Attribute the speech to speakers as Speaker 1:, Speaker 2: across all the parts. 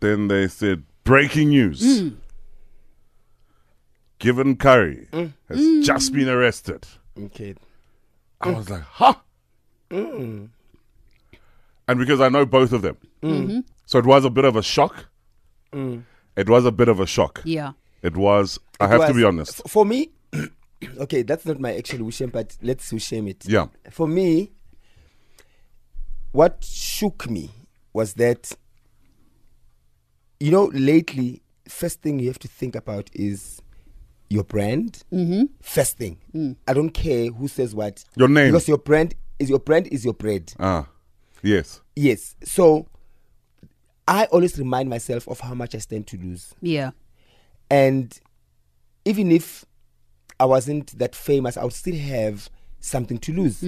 Speaker 1: Then they said, breaking news.
Speaker 2: Hmm.
Speaker 1: Given Curry
Speaker 2: Mm.
Speaker 1: has just been arrested.
Speaker 2: Okay.
Speaker 1: I
Speaker 2: Mm.
Speaker 1: was like, huh? And because I know both of them.
Speaker 2: Mm-hmm.
Speaker 1: So it was a bit of a shock.
Speaker 2: Mm.
Speaker 1: It was a bit of a shock.
Speaker 3: Yeah.
Speaker 1: It was, I have to
Speaker 2: Was-
Speaker 1: be honest.
Speaker 2: f- for me, okay, that's not my actual wish, but let's wish it.
Speaker 1: Yeah.
Speaker 2: For me, what shook me was that, you know, lately, first thing you have to think about is your brand. Mm-hmm. First thing, I don't care who says what.
Speaker 1: Your name.
Speaker 2: because your brand is your brand is your bread.
Speaker 1: Ah, yes.
Speaker 2: Yes, so I always remind myself of how much I stand to lose.
Speaker 3: Yeah.
Speaker 2: And even if I wasn't that famous, I would still have something to lose.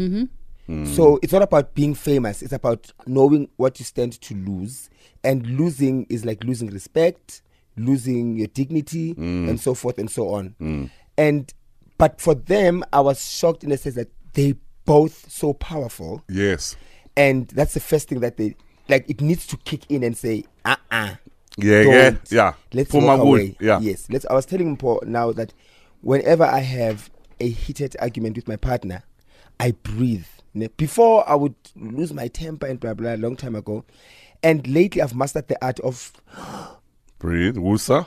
Speaker 2: So it's not about being famous, it's about knowing what you stand to lose. And losing is like losing respect, losing your dignity, and so forth and so on. And but for them, I was shocked in the sense that they both so powerful
Speaker 1: Yes.
Speaker 2: and that's the first thing that they like it needs to kick in and say uh-uh
Speaker 1: Yeah,
Speaker 2: don't.
Speaker 1: yeah, yeah.
Speaker 2: let's
Speaker 1: For my
Speaker 2: walk
Speaker 1: good,
Speaker 2: away
Speaker 1: yeah.
Speaker 2: yes let's i was telling Paul now that whenever i have a heated argument with my partner i breathe Ne- before i would lose my temper and blah blah a long time ago and lately i've mastered the art of
Speaker 1: Breathe, Wusa.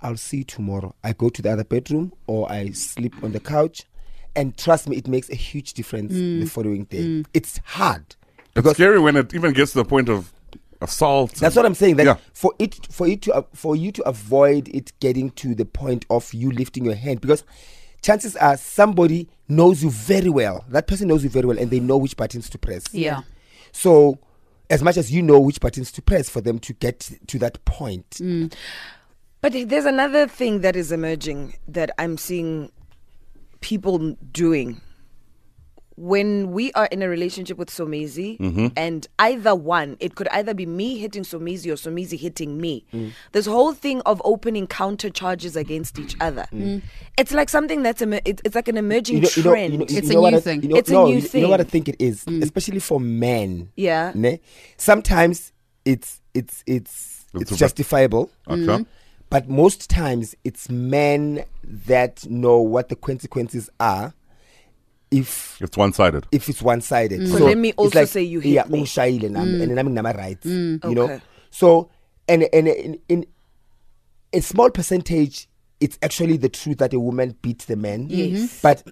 Speaker 2: i'll see you tomorrow i go to the other bedroom or i sleep on the couch and trust me it makes a huge difference the following day it's hard
Speaker 1: It's scary when it even gets to the point of assault.
Speaker 2: That's what I'm saying. That
Speaker 1: Yeah.
Speaker 2: for it, for it to, uh, for you to avoid it getting to the point of you lifting your hand, because chances are somebody knows you very well. That person knows you very well, and they know which buttons to press.
Speaker 3: Yeah.
Speaker 2: So, as much as you know which buttons to press for them to get to that point,
Speaker 4: But there's another thing that is emerging that I'm seeing people doing. When we are in a relationship with Somizi,
Speaker 2: Mm-hmm.
Speaker 4: and either one, it could either be me hitting Somizi or Somizi hitting me.
Speaker 2: Mm.
Speaker 4: This whole thing of opening counter charges against each other,
Speaker 2: Mm.
Speaker 4: it's like something that's emer- it- it's like an emerging trend.
Speaker 3: It's a
Speaker 2: what
Speaker 3: new
Speaker 2: I-
Speaker 3: thing.
Speaker 2: you know-
Speaker 4: It's a
Speaker 2: no,
Speaker 4: new
Speaker 2: you, You know what I
Speaker 4: thing. Mm.
Speaker 2: think it is, especially for men.
Speaker 4: Yeah.
Speaker 2: Ne? Sometimes it's it's it's
Speaker 1: It's
Speaker 2: it's,
Speaker 1: a bit-
Speaker 2: justifiable.
Speaker 1: Okay.
Speaker 4: Mm.
Speaker 2: But most times it's men that know what the consequences are if
Speaker 1: It's one sided.
Speaker 2: if it's one sided.
Speaker 4: So Mm. let me also say you hit
Speaker 2: yeah,
Speaker 4: me. Mm.
Speaker 2: ungishayile nami, and nami nginama rights. You know?
Speaker 4: Okay.
Speaker 2: So and and in, in a small percentage it's actually the truth that a woman beats the man. Mm-hmm.
Speaker 4: Yes.
Speaker 2: But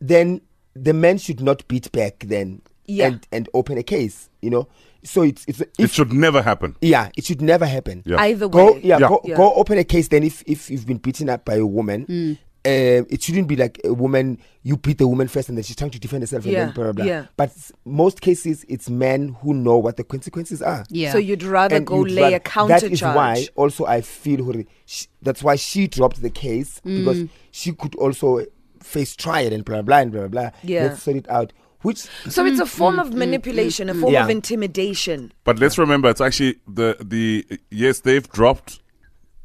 Speaker 2: then the man should not beat back then
Speaker 4: Yeah.
Speaker 2: and, and open a case, you know? So it's it's
Speaker 1: It
Speaker 2: if,
Speaker 1: should never happen.
Speaker 2: yeah, it should never happen
Speaker 1: Yeah.
Speaker 4: Either
Speaker 2: go
Speaker 4: way,
Speaker 2: yeah,
Speaker 1: Yeah.
Speaker 2: Go,
Speaker 4: Yeah.
Speaker 2: go open a case then if if you've been beaten up by a woman
Speaker 4: Mm.
Speaker 2: um, it shouldn't be like a woman you beat the woman first and then she's trying to defend herself and
Speaker 4: Yeah,
Speaker 2: then blah blah blah
Speaker 4: yeah.
Speaker 2: but s- most cases it's men who know what the consequences are
Speaker 3: Yeah.
Speaker 4: so you'd rather
Speaker 2: And
Speaker 4: go
Speaker 2: you'd
Speaker 4: lay
Speaker 2: rather-
Speaker 4: a counter
Speaker 2: that is
Speaker 4: charge.
Speaker 2: why also i feel hor- sh that's why she dropped the case
Speaker 4: Mm.
Speaker 2: because she could also face trial and blah blah and blah blah
Speaker 4: Yeah.
Speaker 2: let's sort it out which
Speaker 4: So it's a form of manipulation, a form
Speaker 2: Mm. Yeah.
Speaker 4: of intimidation.
Speaker 1: But let's remember, it's actually the the yes, they've dropped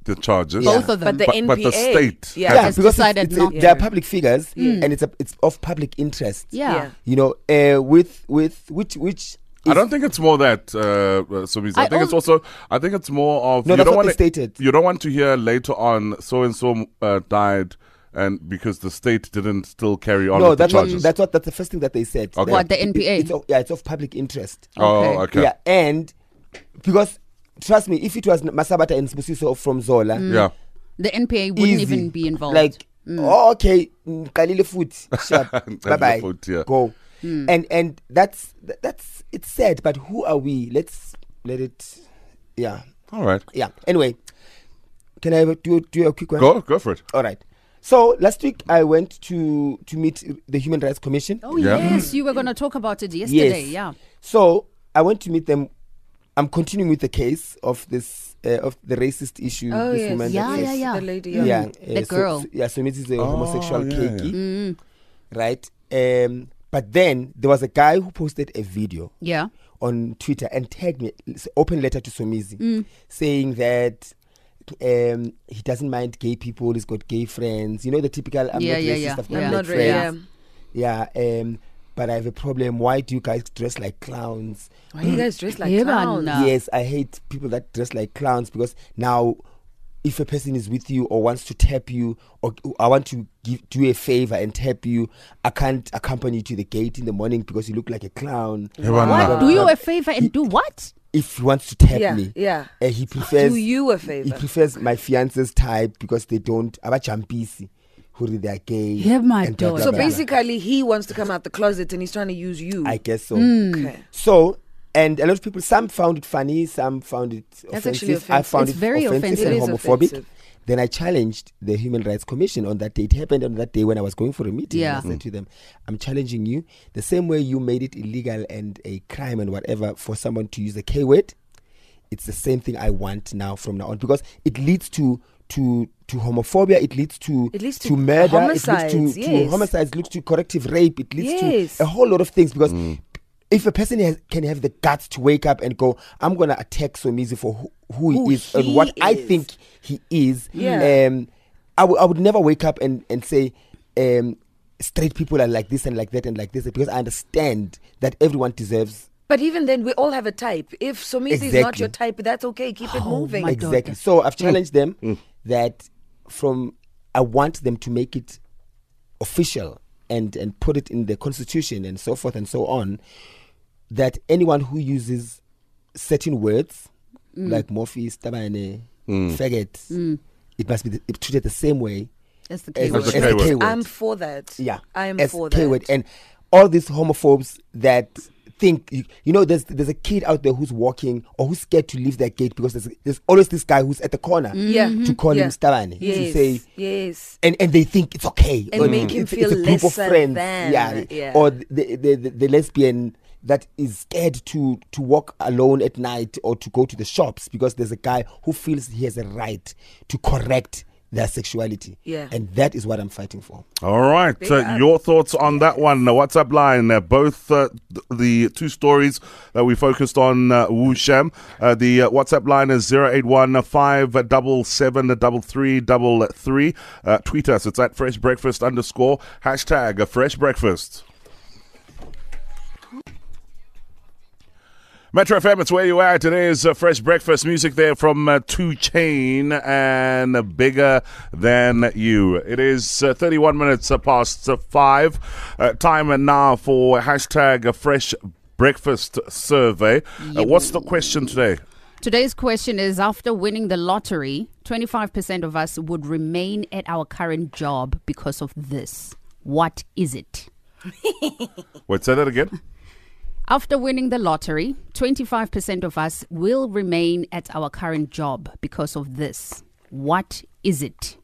Speaker 1: the charges.
Speaker 2: Yeah.
Speaker 3: Both of them.
Speaker 4: But the
Speaker 1: But-
Speaker 4: NPA,
Speaker 1: but the state
Speaker 4: yeah,
Speaker 1: has-
Speaker 2: yeah,
Speaker 3: has
Speaker 2: because it's-
Speaker 3: decided
Speaker 2: it's-
Speaker 3: not
Speaker 2: they are
Speaker 4: to.
Speaker 2: public figures
Speaker 4: Mm.
Speaker 2: and it's a, it's of public interest
Speaker 3: yeah.
Speaker 2: you know uh, with with which which
Speaker 1: I don't think it's more that, uh, Sumizi. I,
Speaker 3: I
Speaker 1: think it's also, I think it's more of
Speaker 2: No,
Speaker 1: you
Speaker 2: that's
Speaker 1: don't
Speaker 2: what
Speaker 1: want
Speaker 2: they stated.
Speaker 1: You don't want to hear later on so and so uh, died, and because the state didn't still carry on
Speaker 2: no,
Speaker 1: with the
Speaker 2: that's
Speaker 1: charges.
Speaker 2: what, that's what that's the first thing that they said.
Speaker 1: Okay.
Speaker 3: What, the
Speaker 2: It- it-
Speaker 3: NPA?
Speaker 2: it's of, yeah, it's of public interest.
Speaker 1: oh,
Speaker 3: Okay.
Speaker 1: okay.
Speaker 2: Yeah, and because trust me, if it was Masabata and Sbusiso from Zola,
Speaker 1: Yeah.
Speaker 3: The NPA Mm.
Speaker 2: easy.
Speaker 3: wouldn't even be involved. Mm.
Speaker 2: Like, oh, okay, Kalile food, sharp, bye bye,
Speaker 1: foot, yeah.
Speaker 2: go.
Speaker 3: Mm.
Speaker 2: And and that's tha- that's it's sad, but who are we? Let's let it, yeah,
Speaker 1: All right.
Speaker 2: yeah. Anyway, can I do do a quick one?
Speaker 1: Go go for it.
Speaker 2: All right. So last week I went to to meet the Human Rights Commission.
Speaker 3: oh
Speaker 1: Yeah.
Speaker 3: yes, you were going to talk about it yesterday.
Speaker 2: Yes.
Speaker 3: Yeah.
Speaker 2: So I went to meet them. I'm continuing with the case of this uh, of the racist issue.
Speaker 4: Oh,
Speaker 2: this
Speaker 4: yes.
Speaker 2: woman
Speaker 3: Yeah,
Speaker 2: that
Speaker 3: yeah,
Speaker 2: is-
Speaker 3: yeah.
Speaker 4: The lady,
Speaker 2: yeah, uh,
Speaker 4: yeah.
Speaker 3: The
Speaker 2: so-
Speaker 3: girl. Mm-hmm.
Speaker 2: so- yeah, so it is a homosexual
Speaker 1: yeah,
Speaker 2: cakey, right? Um, but then there was a guy who posted a video
Speaker 3: Yeah.
Speaker 2: on Twitter and tagged me, s- open letter to Somizi,
Speaker 3: Mm.
Speaker 2: saying that um, he doesn't mind gay people, he's got gay friends. You know, the typical I'm
Speaker 3: Yeah,
Speaker 2: not
Speaker 3: yeah,
Speaker 2: racist,
Speaker 3: yeah.
Speaker 2: I've got
Speaker 3: Yeah.
Speaker 2: black
Speaker 3: I'm not
Speaker 2: friends.
Speaker 3: ra-
Speaker 4: yeah.
Speaker 2: Yeah, um, but I have a problem. Why do you guys dress like clowns?
Speaker 4: Why you guys dressed like
Speaker 3: Yeah, but
Speaker 4: clowns?
Speaker 3: no. Ah.
Speaker 2: Yes, I hate people that dress like clowns because now, if a person is with you or wants to tap you, or I want to give do a favor and tap you, I can't accompany you to the gate in the morning because you look like a clown.
Speaker 1: Yabana.
Speaker 3: What? Do you a favor and do what?
Speaker 2: If he wants to tap
Speaker 4: Yeah,
Speaker 2: me,
Speaker 4: yeah.
Speaker 2: uh, he prefers.
Speaker 4: Do you a
Speaker 2: He
Speaker 4: favor?
Speaker 2: prefers my fiance's type because they don't. Abachampisi, who they are gay.
Speaker 3: Yeah, my
Speaker 2: and blah,
Speaker 3: God.
Speaker 2: blah,
Speaker 4: So
Speaker 2: blah, blah.
Speaker 4: basically, he wants to come out the closet and he's trying to use you.
Speaker 2: I Mm. guess so.
Speaker 4: okay.
Speaker 2: So, and a lot of people, some found it funny, some found it
Speaker 4: That's
Speaker 2: offensive.
Speaker 4: actually
Speaker 2: I
Speaker 4: offensive.
Speaker 2: found
Speaker 3: It's
Speaker 2: it
Speaker 3: very
Speaker 2: offensive,
Speaker 3: offensive.
Speaker 2: and
Speaker 3: It
Speaker 4: is
Speaker 2: homophobic.
Speaker 4: offensive.
Speaker 2: Then I challenged the Human Rights Commission on that day. It happened on that day when I was going for a meeting.
Speaker 3: Yeah.
Speaker 2: And I said to them, I'm challenging you. The same way you made it illegal and a crime and whatever for someone to use the K word, it's the same thing I want now from now on because it leads to. To, to homophobia, it leads to
Speaker 4: It leads to
Speaker 2: murder, it leads
Speaker 4: homicides,
Speaker 2: to, to
Speaker 4: yes.
Speaker 2: homicides, it leads to corrective rape, it leads
Speaker 4: Yes.
Speaker 2: to a whole lot of things because if a person has, can have the guts to wake up and go, I'm gonna attack Somizi for who, who,
Speaker 4: Who
Speaker 2: he is and
Speaker 4: he
Speaker 2: what I
Speaker 4: is.
Speaker 2: think he is,
Speaker 4: Yeah.
Speaker 2: um, I would I would never wake up and and say, um, straight people are like this and like that and like this because I understand that everyone deserves
Speaker 4: But even then, we all have a type. If Somizi is not
Speaker 2: Exactly.
Speaker 4: your type, that's okay. Keep it
Speaker 3: Oh
Speaker 4: moving.
Speaker 3: my God.
Speaker 2: exactly. So I've challenged them that from I want them to make it official and and put it in the constitution and so forth and so on that anyone who uses certain words like morphe, stabane, faggot, it must be the, it treated the same way
Speaker 3: That's the key
Speaker 2: as,
Speaker 3: word.
Speaker 1: That's
Speaker 2: as
Speaker 1: the
Speaker 2: the
Speaker 1: K
Speaker 2: K
Speaker 1: word.
Speaker 2: word.
Speaker 4: I'm for that.
Speaker 2: Yeah,
Speaker 4: I'm
Speaker 2: as
Speaker 4: for
Speaker 2: K
Speaker 4: that.
Speaker 2: word. And all these homophobes that think you, you know, there's there's a kid out there who's walking or who's scared to leave their gate because there's there's always this guy who's at the corner
Speaker 4: Mm-hmm. Yeah.
Speaker 2: to call
Speaker 4: Yeah.
Speaker 2: him Stavane to
Speaker 4: yes.
Speaker 2: say.
Speaker 4: yes.
Speaker 2: And, and they think it's okay.
Speaker 4: And
Speaker 2: or
Speaker 4: make him
Speaker 2: it's,
Speaker 4: feel
Speaker 2: it's a group of
Speaker 4: lesser
Speaker 2: friends.
Speaker 4: than,
Speaker 2: Yeah.
Speaker 4: yeah.
Speaker 2: Or the, the, the, the lesbian that is scared to, to walk alone at night or to go to the shops because there's a guy who feels he has a right to correct their sexuality.
Speaker 4: Yeah.
Speaker 2: And that is what I'm fighting for.
Speaker 1: All right, uh, your thoughts on that one? Uh, WhatsApp line. Uh, both uh, th- the two stories that we focused on, uh, Wu Sham. Uh, the uh, WhatsApp line is zero eight one five double seven double three double three. Uh, tweet us. It's at Fresh Breakfast underscore hashtag uh, Fresh Breakfast. Metro FM, it's where you are. Today is uh, Fresh Breakfast music there from uh, Two Chain and Bigger Than You. It is uh, 31 minutes uh, past uh, 5. Uh, time and now for hashtag uh, Fresh Breakfast Survey. Uh, what's the question today?
Speaker 3: Today's question is after winning the lottery, 25% of us would remain at our current job because of this. What is it?
Speaker 1: Wait, say that again.
Speaker 3: After winning the lottery, 25% of us will remain at our current job because of this. What is it?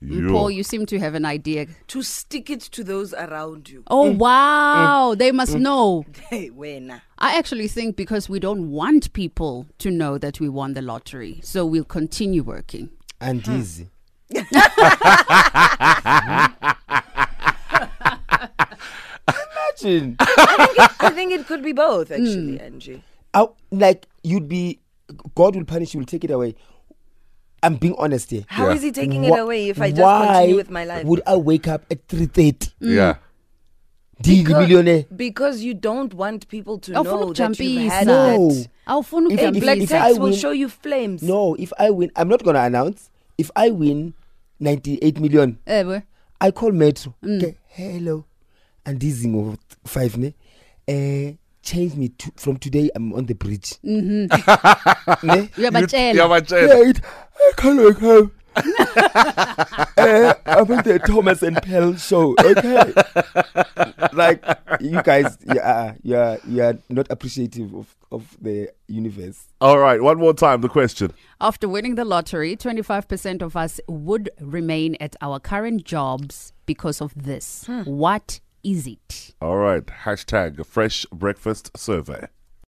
Speaker 1: You.
Speaker 3: Mm, Paul, you seem to have an idea.
Speaker 4: To stick it to those around you.
Speaker 3: Oh,
Speaker 1: Mm.
Speaker 3: wow. They must know.
Speaker 4: Hey, wena.
Speaker 3: I actually think because we don't want people to know that we won the lottery, so we'll continue working.
Speaker 2: and easy. Imagine,
Speaker 4: I think it could be both,
Speaker 3: Mm.
Speaker 4: actually, Angie.
Speaker 2: I, like you'd be, God will punish you, will take it away. I'm being honest here.
Speaker 4: How
Speaker 1: Yeah.
Speaker 4: is he taking
Speaker 2: Wha-
Speaker 4: it away if I just
Speaker 2: why
Speaker 4: continue with my life?
Speaker 2: Would I wake up at three thirty?
Speaker 1: Yeah.
Speaker 2: Did
Speaker 4: Because-
Speaker 2: millionaire?
Speaker 4: Because you don't want people to
Speaker 3: Awufuna
Speaker 4: know that you've
Speaker 3: ukujambisa.
Speaker 4: had
Speaker 2: No.
Speaker 4: that.
Speaker 3: Awufuna
Speaker 2: If-
Speaker 4: Hey,
Speaker 2: if-
Speaker 4: black
Speaker 2: if
Speaker 3: ukujambisa.
Speaker 2: I
Speaker 4: text will
Speaker 2: win-
Speaker 4: show you flames.
Speaker 2: No, if I win, I'm not gonna announce. If I win, ninety-eight million,
Speaker 3: Ewe.
Speaker 2: I call Metro. Okay, hello, and this thing of five ne, uh, change me to, from today. I'm on the bridge. Mm-hmm. ne?
Speaker 1: Yeah,
Speaker 3: Mm, uyabatshela
Speaker 1: but, uh,
Speaker 2: Right. I can't wake up. Eh, I'm at the Thomas and Pell show. Okay. like you guys, you are you are you are not appreciative of of the universe.
Speaker 1: all right, one more time the question.
Speaker 3: After winning the lottery, 25% of us would remain at our current jobs because of this. What is it?
Speaker 1: All right, hashtag Fresh Breakfast Survey.